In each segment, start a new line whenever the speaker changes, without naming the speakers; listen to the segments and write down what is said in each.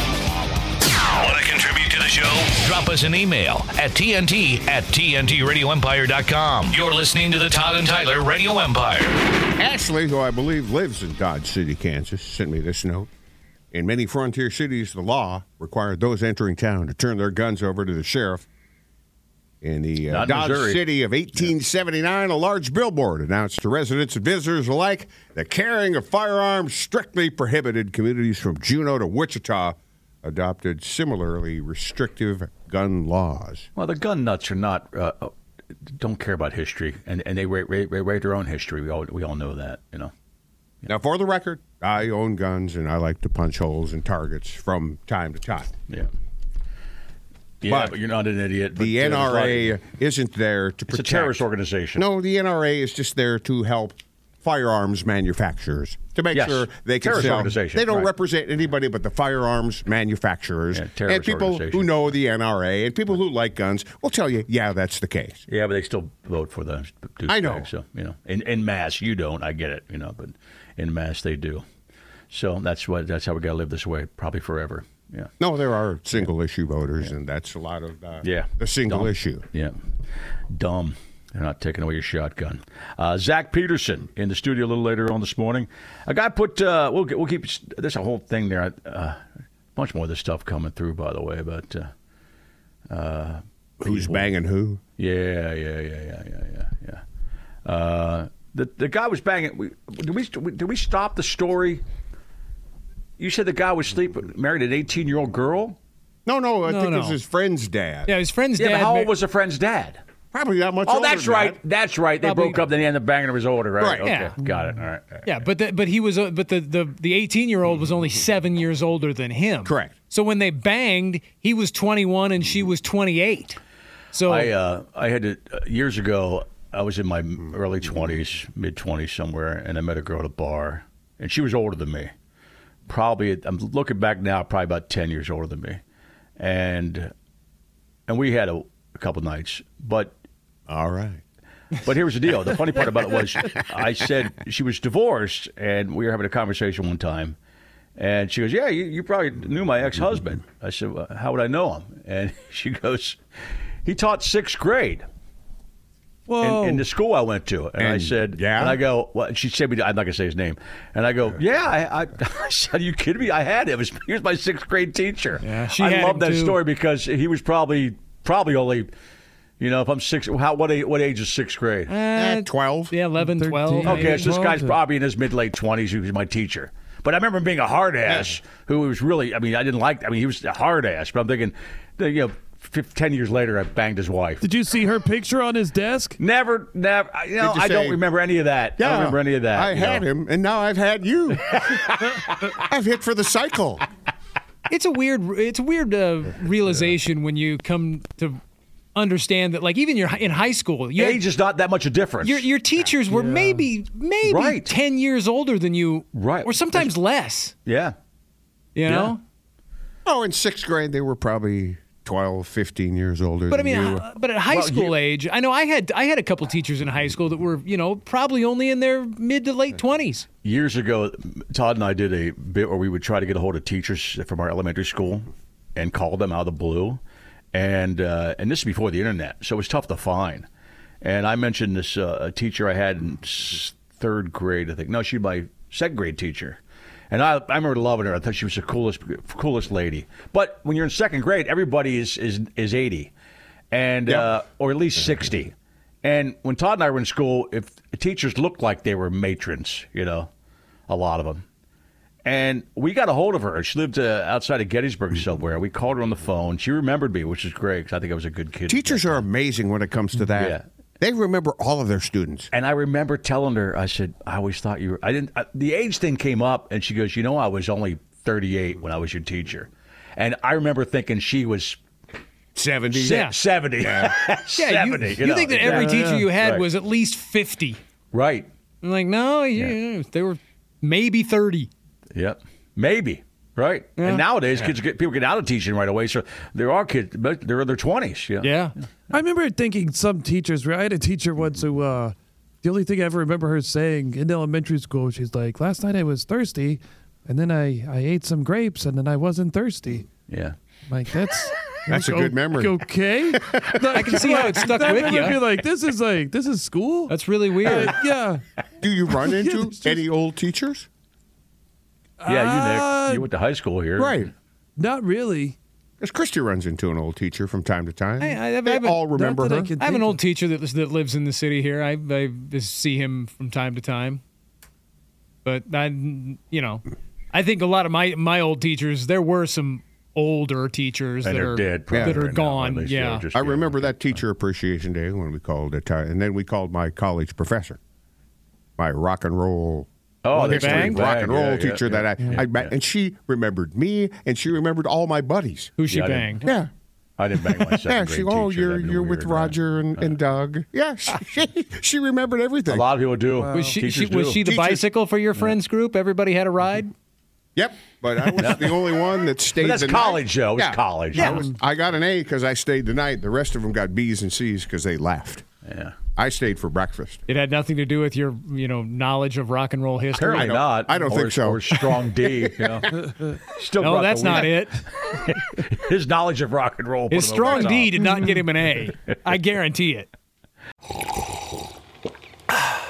Want to contribute to the show? Drop us an email at TNT at TNTRadioEmpire.com. You're listening to the Todd and Tyler Radio Empire.
Ashley, who I believe lives in Dodge City, Kansas, sent me this note. In many frontier cities, the law required those entering town to turn their guns over to the sheriff. In the uh,
Not
Dodge
Missouri.
City of 1879, a large billboard announced to residents and visitors alike that carrying of firearms strictly prohibited. Communities from Juneau to Wichita adopted similarly restrictive gun laws.
Well, the gun nuts are not uh, uh, don't care about history, and and they write, write, write, write their own history. We all we all know that, you know.
Now, for the record, I own guns and I like to punch holes in targets from time to time.
Yeah. Yeah,
But
but, you're not an idiot. but,
The
uh, there's a lot of-
NRA isn't there to
It's a
protect.
terrorist organization.
No, the NRA is just there to help firearms manufacturers to make
Yes.
sure they can
Terrorist
sell.
organization,
They don't
right.
represent anybody but the firearms manufacturers
Yeah, terrorist
and people who
organization.
know the NRA and people who like guns will tell you, yeah, that's the case.
Yeah, but they still vote for the douchebags,
I know.
So you know, in in mass, you don't. I get it. You know, but in mass, they do. So that's what that's how we got to live this way, probably forever. Yeah.
No, there are single issue voters, and that's a lot of uh,
Yeah.
the single
Dumb.
issue.
Yeah. Dumb. They're not taking away your shotgun. Uh, Zach Peterson in the studio a little later on this morning. A guy put, uh, we'll, get- we'll keep, there's a whole thing there. Uh, bunch more of this stuff coming through, by the way. But uh,
Who's banging who?
yeah, yeah, yeah, yeah, yeah, yeah, yeah. Uh, the, the guy was banging. We, did, we, did we stop the story? You said the guy was sleep married an 18 year old girl?
No, no, I
No,
think
no.
it's his friend's dad.
Yeah, his friend's
Yeah,
dad.
but how
ma-
old was the friend's dad?
Probably not much.
Oh,
older
that's
than
right.
that.
That's right. They
Probably-
broke up. Then he ended up banging him his older, right?
Right.
Okay.
Yeah.
Got it. All right.
Yeah, but the, but he was uh, but the the the 18 year old was only
Mm-hmm.
seven years older than him.
Correct.
So when they banged, he was 21 and she was 28. So
Mm-hmm. I uh, I had to uh, years ago. I was in my m- early twenties, mid twenties somewhere, and I met a girl at a bar, and she was older than me. Probably, I'm looking back now, probably about ten years older than me, and and we had a, a couple nights, but
All right.
But here's the deal. The funny part about it was I said she was divorced, and we were having a conversation one time, and she goes, "Yeah, you, you probably knew my ex-husband." I said, well, "How would I know him?" And she goes, "He taught sixth grade."
whoa,
in, in the school I went to. And, I
And-
said,
yeah?
And I go, well, she said, me, I'm not going to say his name. And I go, yeah, I, I, I said, are you kidding me? I had him. It was- He was my sixth grade teacher.
Yeah, she
I
had
love
him,
that
too.
story because he was probably, probably only, you know, if I'm six, how, what, age, what age is sixth grade?
At 12.
yeah, 11, 12.
Okay,
Eh, maybe.
so this
Well,
guy's
the-
probably in his mid late twenties. He was my teacher, but I remember him being a hard ass who was really. I mean, I didn't like. I mean, he was a hard ass. But I'm thinking, you know, fif- ten years later, I banged his wife.
Did you see her picture on his desk?
Never, never. I- You know,
Did you
I
say-
don't remember any of that. I don't remember any of that.
I
you
had
know.
him, and now I've had you. I've hit for the cycle.
It's a weird it's a weird uh, realization when you come to understand that like even your in high school, you had-
Age is not that much a difference.
your your teachers were maybe maybe
Right.
10 years older than you
Right.
or sometimes less,
yeah.
you know?
Oh, in sixth grade, they were probably 12, 15 years older
But I
than
mean,
you.
uh, but at high school age, I know I had I had a couple teachers in high school that were you know probably only in their mid to late twenties.
Years ago, Todd and I did a bit where we would try to get a hold of teachers from our elementary school and call them out of the blue. and uh, and this is before the internet, so it was tough to find. And I mentioned this uh, a teacher I had in s- third grade, I think. No, she's my second grade teacher, and I, I remember loving her. I thought she was the coolest coolest lady. But when you're in second grade, everybody is is is eighty, and uh, or at least sixty. And when Todd and I were in school, if teachers looked like they were matrons, you know, a lot of them. And we got a hold of her. She lived uh, outside of Gettysburg somewhere. We called her on the phone. She remembered me, which is great because I think I was a good kid.
Teachers are amazing when it comes to that.
Yeah.
They remember all of their students.
And I remember telling her, I said, I always thought you were, I didn't, I, the age thing came up, and she goes, You know, I was only 38 when I was your teacher. And I remember thinking she was
70.
se- 70.
Yeah,
70.
you,
you
you
know,
think that
yeah.
every teacher you had
Right.
was at least 50.
Right.
I'm like, no, yeah, they were maybe 30.
Yep. Maybe. Right. And nowadays, kids get, people get out of teaching right away. So there are kids, but they're in their 20s. Yeah.
Yeah.
I remember thinking some teachers. I had a teacher once who. Uh, the only thing I ever remember her saying in elementary school, she's like, "Last night I was thirsty, and then I, I ate some grapes, and then I wasn't thirsty."
Yeah.
I'm like that's
That's a good memory.
Okay,
I can see how it stuck
that
with
memory,
you.
like this is like this is school.
That's really weird.
Uh, yeah.
Do you run into
it's just-
any old teachers?
Yeah, you Nick.
Uh,
You went to high school here.
Right.
Not really.
Because Christy runs into an old teacher from time to time.
I- I- I
they
haven't-
all
Not
remember
that I
her.
can
I have an
think
old teacher that that lives in the city here. I, I just see him from time to time, but I, you know, I think a lot of my my old teachers. There were some older teachers
And
that
they're
are
dead.
that
probably right
are
now, or at
gone.
least they're
yeah,
just-
I remember that Teacher Appreciation Day when we called it, and then we called my college professor, my rock and roll.
Oh, they
history
banged?
rock and
Yeah,
roll
yeah,
teacher
yeah,
that I,
yeah,
I met,
yeah.
and she remembered me, and she remembered all my buddies.
who she
Yeah, I didn't-
banged.
Yeah,
I didn't bang my second
yeah.
grade
She, oh,
teacher.
you're
That'd be
you're with
weird, right?
Roger and, and Doug. Yeah, she, she remembered everything.
A lot of people do.
Was she, she
Teachers
was
do.
she the
Teachers-
bicycle for your friends group? Everybody had a ride.
Yep, but I was the only one that stayed.
But that's
the
college,
night.
though. It's
Yeah.
college.
I, was- I got an A because I stayed the night. The rest of them got B's and C's because they laughed.
Yeah.
I stayed for breakfast.
It had nothing to do with your you know knowledge of rock and roll history.
Apparently
don't-
not.
I don't
or,
think so.
Or strong D. You know? Still
No,
brought
that's
the
not
wheat.
it.
His knowledge of rock and roll. put
His
him over
strong
the
D
top.
did not get him an A. I guarantee it.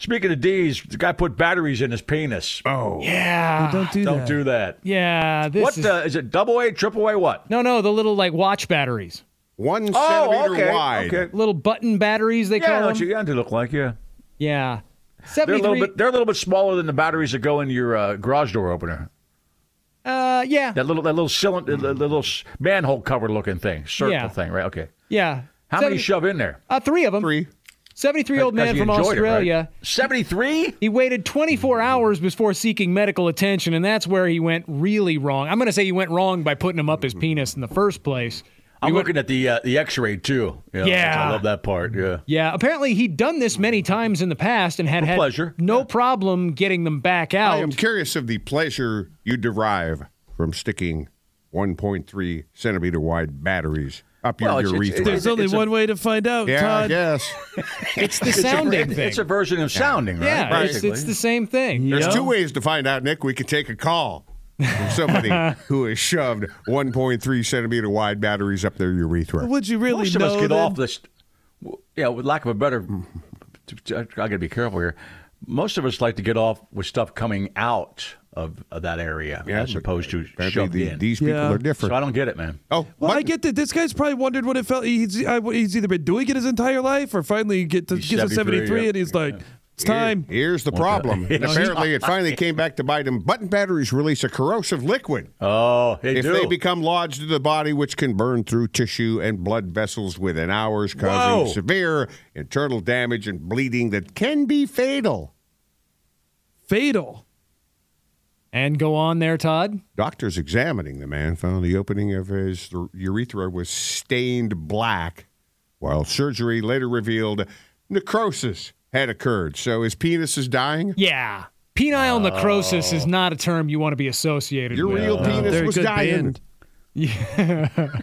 Speaking of D's, the guy put batteries in his penis.
Oh. Yeah.
Don't do
don't
that.
do that.
Yeah. This
What
is-
the, is it? Double A, triple A, what?
No, no, the little like watch batteries,
One
Oh,
centimeter
okay.
wide.
Okay.
little button batteries they
Yeah,
call
that's
them.
what you got to look like. Yeah,
Yeah,
they're a little
seventy-three.
bit. They're a little bit smaller than the batteries that go in your uh, garage door opener.
uh, yeah,
That little, that little cylinder, the little s- manhole cover looking thing, circle
Yeah.
thing, right? Okay.
yeah.
How many
Seventy-
shove in there?
Uh, three of them.
Three.
Seventy-three-year-old
Because
man
you
from
enjoyed it, right?
Australia.
73?
He waited 24 hours before seeking medical attention, and that's where he went really wrong. I'm going to say he went wrong by putting him up his penis in the first place.
I'm looking at the uh, the X-ray too. You know,
Yeah.
I love that part. Yeah,
Yeah, apparently he'd done this many times in the past and had had
pleasure.
no problem getting them back out.
I am curious of the pleasure you derive from sticking 1.3 centimeter wide batteries up your
Well, it's- it's-
urethra.
There's only
It's a-
one way to find out,
yeah,
Todd.
yes.
it's the sounding thing.
it's a version of sounding, right?
yeah, it's,
Basically.
it's the same thing.
There's
Yeah.
two ways to find out, Nick. We could take a call from somebody who has shoved 1.3 centimeter wide batteries up their urethra.
Would you really
Most of
know?
us get
then?
off this. w- Yeah, with lack of a better, I got to be careful here. Most of us like to get off with stuff coming out of, of that area
Yeah,
as
but
opposed to
apparently
shoved
the-
in.
These people
Yeah.
are different.
so I don't get it, man.
oh,
Well, I
what?
get that this guy's probably wondered what it felt. He's I, he's either been doing it his entire life, or finally get to
He's
get to
73,
seventy three,
yeah.
and he's like, "It's
Here-
time."
here's the problem. And apparently, it finally came back to bite them. Button batteries release a corrosive liquid
Oh, they
if
do.
they become lodged in the body, which can burn through tissue and blood vessels within hours, causing
Whoa.
severe internal damage and bleeding that can be fatal.
Fatal.
And go on there, Todd.
Doctors examining the man found the opening of his urethra was stained black, while surgery later revealed necrosis had occurred. So his penis is dying.
Yeah. Penile necrosis is not a term you want to be associated
Your
with.
real
Uh,
penis
They're a
was
good
dying.
band.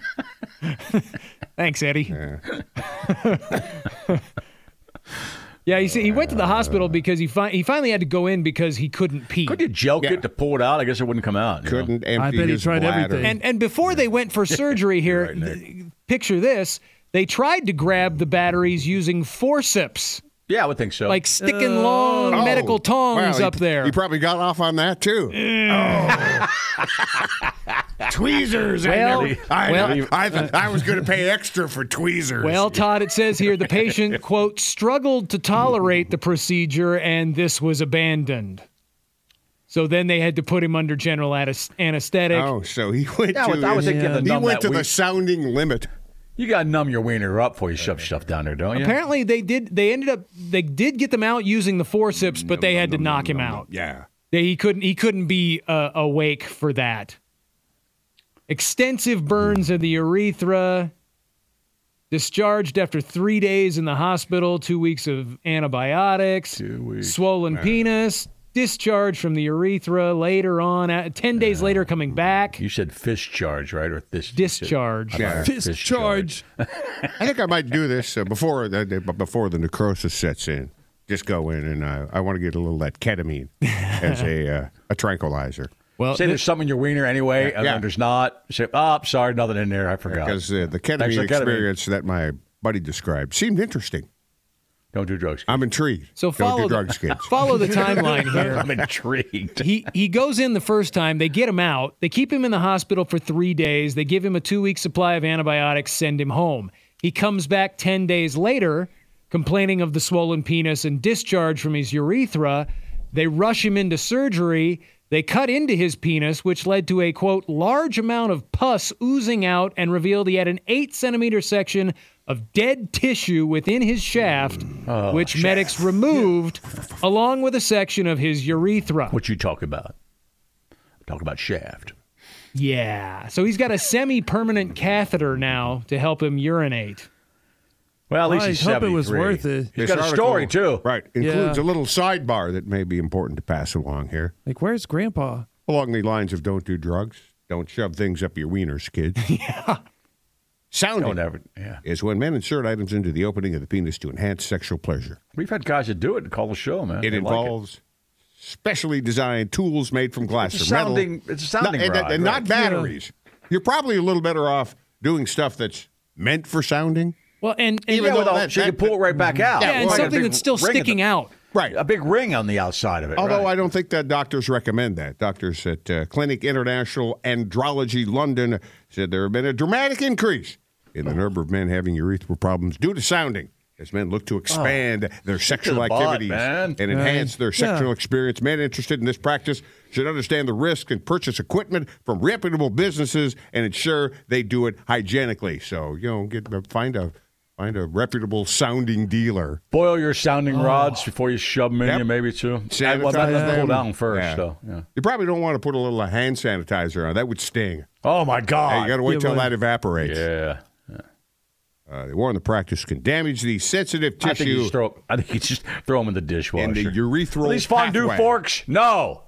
Thanks, Eddie. Yeah. you see, he went to the hospital because he fi- he finally had to go in because he couldn't pee.
Could you joke
Yeah.
it to pull it out? I guess it wouldn't come out. you know?
Couldn't empty
bet he
his
tried
bladder.
everything.
and and before they went for surgery here, th- picture this: they tried to grab the batteries using forceps,
Yeah, I would think so.
like sticking long medical tongs
Oh. wow, he-
up there.
He probably got off on that too. tweezers.
Well,
I, never, I,
well-
I, I was going to pay extra for tweezers.
well, Todd, it says here the patient quote struggled to tolerate the procedure, and this was abandoned. So then they had to put him under general anes- anesthetic.
oh, so he went
yeah, I would,
to
I would think you have to
he
numb
went
that
to the
wiener-
sounding limit.
You got to numb your wiener up before you shove stuff down there, don't you?
Apparently they did. They ended up. They did get them out using the forceps, but they had to knock him out.
Yeah.
They, he couldn't. He couldn't be uh, awake for that. Extensive burns of the urethra. Discharged after three days in the hospital, two weeks of antibiotics, two weeks. swollen penis, discharge from the urethra later on, uh, 10 days later coming back,
You said fist charge, right? Or this
discharge.
Yeah.
Fist
Fist
charge.
I think I might do this uh, before the, the- before the necrosis sets in. Just go in and uh, I want to get a little of that ketamine as a uh, a tranquilizer
Well,
Say there's something in your wiener anyway, and
yeah.
then there's not. Say, oh, sorry, nothing in there. I forgot.
because uh, the ketamine
Thanks for ketamine.
experience that my buddy described seemed interesting.
Don't do drugs.
I'm intrigued.
so
Don't
follow
do
the,
drugs, kids.
follow the timeline here.
I'm intrigued.
he he goes in the first time. They get him out. They keep him in the hospital for three days. They give him a two week supply of antibiotics. Send him home. He comes back ten days later, complaining of the swollen penis and discharge from his urethra. They rush him into surgery. They cut into his penis, which led to a quote large amount of pus oozing out and revealed he had an eight centimeter section of dead tissue within his shaft, which medics removed, along with a section of his urethra.
What you talk about? Talk about shaft.
Yeah. So he's got a semi permanent catheter now to help him urinate.
Well, at least
I
he's
hope it was
73.
worth it.
This
He's got a
article-
story too.
Right. Includes
Yeah.
a little sidebar that may be important to pass along here.
Like, where's Grandpa?
Along the lines of don't do drugs, don't shove things up your wieners, kids. yeah.
Don't
Sounding
ever. Yeah,
is when men insert items into the opening of the penis to enhance sexual pleasure.
we've had guys that do it and call the show, man.
It
They like
involves specially designed tools made from glass
It's a
or metal.
sounding- it's a sounding
Not- and,
rod,
and
right.
not batteries. You're probably a little better off doing stuff that's meant for sounding.
Well, and, and
Even
Yeah,
though
with all-
that-
she
that-
can pull it right back out.
yeah, and
Like a
something
big
that's still
ring at the-
sticking out.
Right.
A big ring on the outside of it.
Although
right.
I don't think that doctors recommend that. Doctors at uh, Clinic International Andrology London said there have been a dramatic increase in the number of men having urethral problems due to sounding. As men look to expand their sexual
Oh. the butt,
activities
man.
and enhance their
Yeah.
sexual experience, men interested in this practice should understand the risk and purchase equipment from reputable businesses and ensure they do it hygienically. So you know, get uh, find a find a reputable sounding dealer.
boil your sounding rods before you shove them in
Yep.
you, maybe too.
Sanitize
well, let them cool
them.
down first,
Yeah.
though. Yeah.
You probably don't want to put a little hand sanitizer on; that would sting.
Oh my
Hey, you
God.
got to wait
Yeah,
till
well-
that evaporates.
yeah.
Uh, they warn the practice can damage the sensitive
I think you
tissue
just throw. I think you just throw them in the dishwasher.
in the urethral.
Are these fondue
pathway.
forks? No,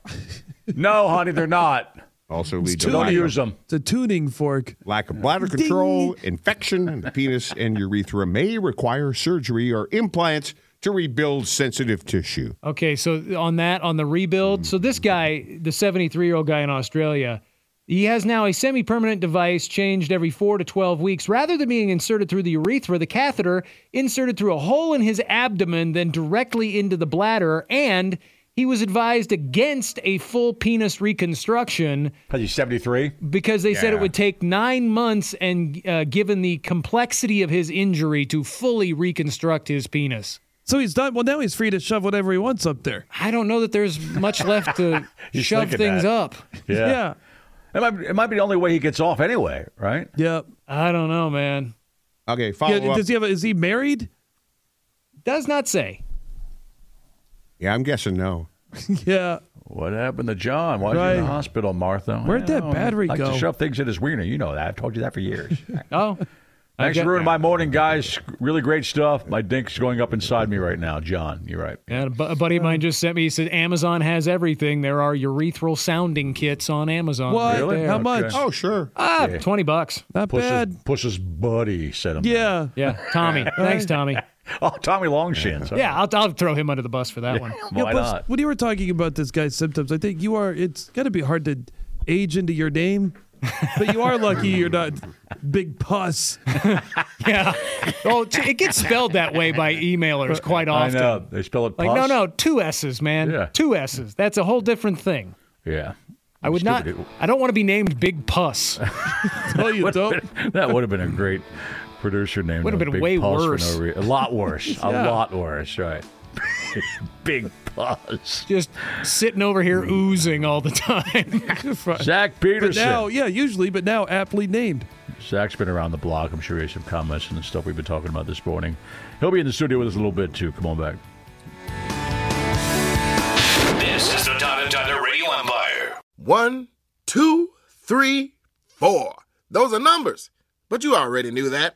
no, honey, they're not.
also lead to
Don't
lack
use
of,
them.
It's a tuning fork.
lack of bladder control, infection, and the penis and urethra may require surgery or implants to rebuild sensitive tissue.
Okay, so on that, on the
Mm.
rebuild, so this guy, the 73 year old guy in Australia, he has now a semi permanent device changed every four to 12 weeks. Rather than being inserted through the urethra, the catheter inserted through a hole in his abdomen, then directly into the bladder, and he was advised against a full penis reconstruction
How's he, 73?
because they said it
Yeah.
would take nine months and uh, given the complexity of his injury to fully reconstruct his penis.
So he's done. Well, now he's free to shove whatever he wants up there.
I don't know that there's much left to
He's
shove
thinking
things
that.
up.
Yeah. It, might, it might be the only way he gets off anyway, right?
Yeah.
I don't know, man.
Okay,
Yeah.
follow
yeah
up.
does he have? A, is he married?
Does not say.
yeah, I'm guessing no.
Yeah.
What happened to John? Why is he in
Right.
the hospital, Martha?
Where'd
I
that
don't know.
battery
like
go?
to shove things in his wiener. You know that. I've told you that for years.
Oh,
Thanks
Okay.
for ruining my morning, guys. Really great stuff. My dink's going up inside me right now, John. You're right.
yeah, a bu- a buddy of mine just sent me. He said Amazon has everything. There are urethral sounding kits on Amazon.
What?
Right there.
How
Okay.
much?
Oh, sure.
Ah, twenty bucks.
Not
Push
bad.
his, push his buddy, said him.
Yeah.
Yeah, Tommy. Thanks, Tommy.
Oh, Tommy Longshins.
Yeah, I'll, I'll throw him under the bus for that one.
Why
but
not?
When you were talking about this guy's symptoms, I think you are. It's got to be hard to age into your name, but you are lucky you're not big pus.
Yeah. Oh, t- it gets spelled that way by emailers quite
I
often.
know. They spell it
Like, no,
pus.
no, two S's, man.
Yeah.
Two S's. That's a whole different thing.
Yeah.
I would not.
Stupid.
I don't want to be named Big Puss.
No, you don't.
that would have been a great producer name.
Oh. Would have
though,
been
Big
way
Pus for
worse.
no rea- a lot worse. A lot worse, right. Big pause.
Just sitting over here oozing all the time.
Zach
But
Peterson.
now, yeah, usually, but now aptly named.
Zach's been around the block. I'm sure he has some comments and stuff we've been talking about this morning. He'll be in the studio with us a little bit, too. Come on back.
This is the Todd and Tyler Radio Empire.
One, two, three, four. Those are numbers. But you already knew that.